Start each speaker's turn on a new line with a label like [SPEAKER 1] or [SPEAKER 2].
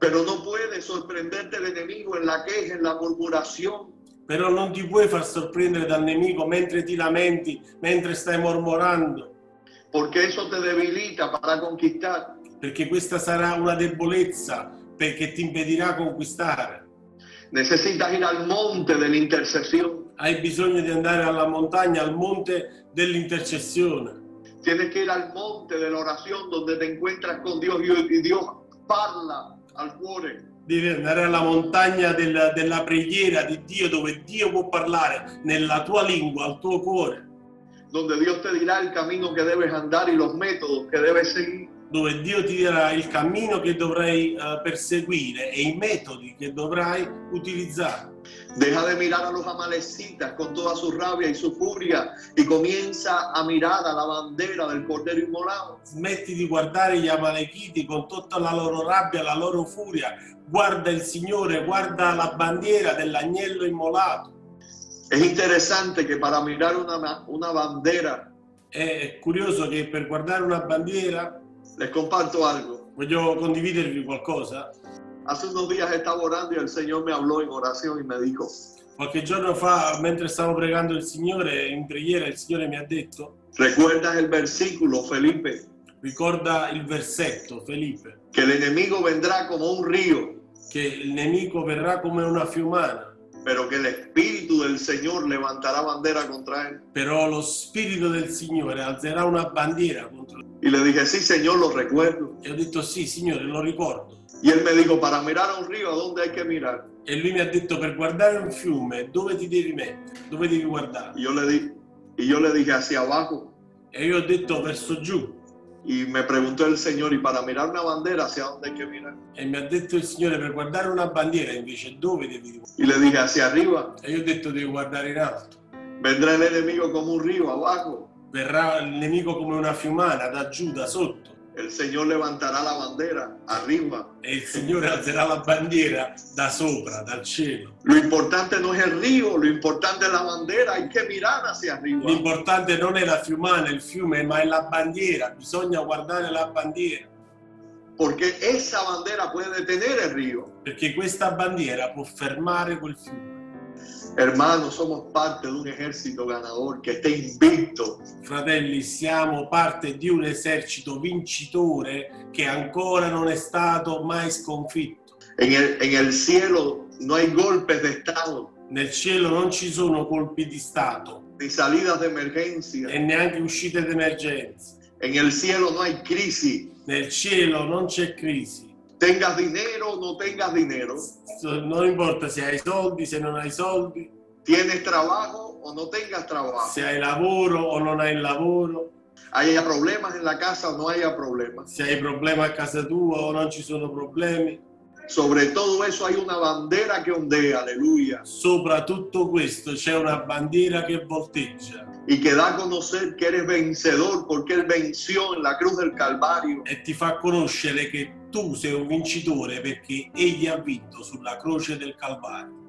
[SPEAKER 1] Pero no puede sorprenderte el enemigo en la queja, en la murmuración.
[SPEAKER 2] Però non ti puoi far sorprendere dal nemico mentre ti lamenti, mentre stai mormorando,
[SPEAKER 1] porque eso te debilita para conquistar.
[SPEAKER 2] perché questa sarà una debolezza, perché ti impedirà conquistare.
[SPEAKER 1] Necesitas ir al monte de la intercesión.
[SPEAKER 2] Hai bisogno di andare alla montagna, al monte dell'intercessione.
[SPEAKER 1] Tienes que ir al monte de la oración donde te encuentras con Dios y, y Dios parla al cuore.
[SPEAKER 2] Devi andare alla montagna della, della preghiera di Dio, dove Dio può parlare nella tua lingua, al tuo cuore,
[SPEAKER 1] Donde Dios te dirá el camino que debes andar y los métodos que debes seguir.
[SPEAKER 2] dove Dio ti dirà il cammino che dovrai eh, perseguire e i metodi che dovrai utilizzare.
[SPEAKER 1] Deja de mirar a los amalecitas con toda su rabia y su furia y comienza a mirar a la bandera del Cordero Inmolado.
[SPEAKER 2] Smetti di guardare gli Amalechiti con tutta la loro rabbia, la loro furia. Guarda il Signore, guarda la bandiera dell'agnello immolato.
[SPEAKER 1] Es interesante que para mirar una, una bandera,
[SPEAKER 2] È curioso che per guardare una bandiera,
[SPEAKER 1] les comparto algo.
[SPEAKER 2] voglio condividervi qualcosa.
[SPEAKER 1] Hace unos días estaba orando y el Señor me habló en oración y me dijo,
[SPEAKER 2] Qualche giorno fa, mentre stavo pregando il Signore, in preghiera, il Signore mi ha detto,
[SPEAKER 1] ¿recuerdas el versículo, Felipe?
[SPEAKER 2] ricorda il versetto, Felipe,
[SPEAKER 1] Que el enemigo vendrá como un río,
[SPEAKER 2] che il nemico verrà come una fiumana,
[SPEAKER 1] pero que el Espíritu del Señor levantará bandera contra él.
[SPEAKER 2] però lo Spirito del Signore alzerà una bandiera contro te.
[SPEAKER 1] Y le dije, sí, Señor, lo recuerdo.
[SPEAKER 2] E ho detto, sì, Signore, lo ricordo.
[SPEAKER 1] Y él me dijo, para mirar a un río, ¿a dónde hay que mirar?
[SPEAKER 2] e lui mi ha detto per guardare un fiume dove ti devi mettere, dove devi guardare.
[SPEAKER 1] Y yo le, di y yo le dije, hacia abajo.
[SPEAKER 2] E io ho detto verso giù
[SPEAKER 1] Y me preguntó el Señor, ¿y para mirar una bandera, hacia dónde hay que mirar?
[SPEAKER 2] e mi ha detto il Signore per guardare una bandiera invece dove devi guardare.
[SPEAKER 1] Y le dije, hacia arriba.
[SPEAKER 2] E io ho detto devi guardare in alto.
[SPEAKER 1] Vendrá el enemigo como un río, abajo.
[SPEAKER 2] Verrà il nemico come una fiumana da giù, da sotto
[SPEAKER 1] El Señor levantará la bandera, arriba.
[SPEAKER 2] e il Signore alzerà la bandiera da sopra, dal cielo.
[SPEAKER 1] Lo importante no es el río, lo importante es la bandera, hay que mirar hacia arriba.
[SPEAKER 2] L'importante non è la fiumana, il fiume, ma è la bandiera. Bisogna guardare la bandiera
[SPEAKER 1] Porque esa bandera puede detener el río.
[SPEAKER 2] perché questa bandiera può fermare quel fiume.
[SPEAKER 1] Hermanos, somos parte de un ejército ganador que esté invicto,
[SPEAKER 2] Fratelli, siamo parte di un esercito vincitore che ancora non è stato mai sconfitto.
[SPEAKER 1] En el, en el cielo no hay golpes de Estado
[SPEAKER 2] Nel cielo non ci sono colpi di Stato
[SPEAKER 1] ni salidas de
[SPEAKER 2] e
[SPEAKER 1] emergencia.
[SPEAKER 2] neanche uscite d'emergenza.
[SPEAKER 1] En el cielo no hay crisis.
[SPEAKER 2] Nel cielo non c'è crisi.
[SPEAKER 1] Tengas dinero o no tengas dinero.
[SPEAKER 2] Non importa se hai soldi, se non hai soldi,
[SPEAKER 1] Tienes trabajo o no tengas trabajo.
[SPEAKER 2] se hai lavoro o non hai lavoro,
[SPEAKER 1] Haya problemas en la casa o no haya problemas.
[SPEAKER 2] se hai problemi a casa tua o non ci sono problemi.
[SPEAKER 1] Sobre todo eso hay una bandera que ondea, aleluya.
[SPEAKER 2] Sopra tutto questo c'è una bandiera che volteggia.
[SPEAKER 1] Y que da a conocer que eres vencedor porque Él venció en la cruz del Calvario.
[SPEAKER 2] e ti fa conoscere che tu sei un vincitore perché egli ha vinto sulla croce del Calvario.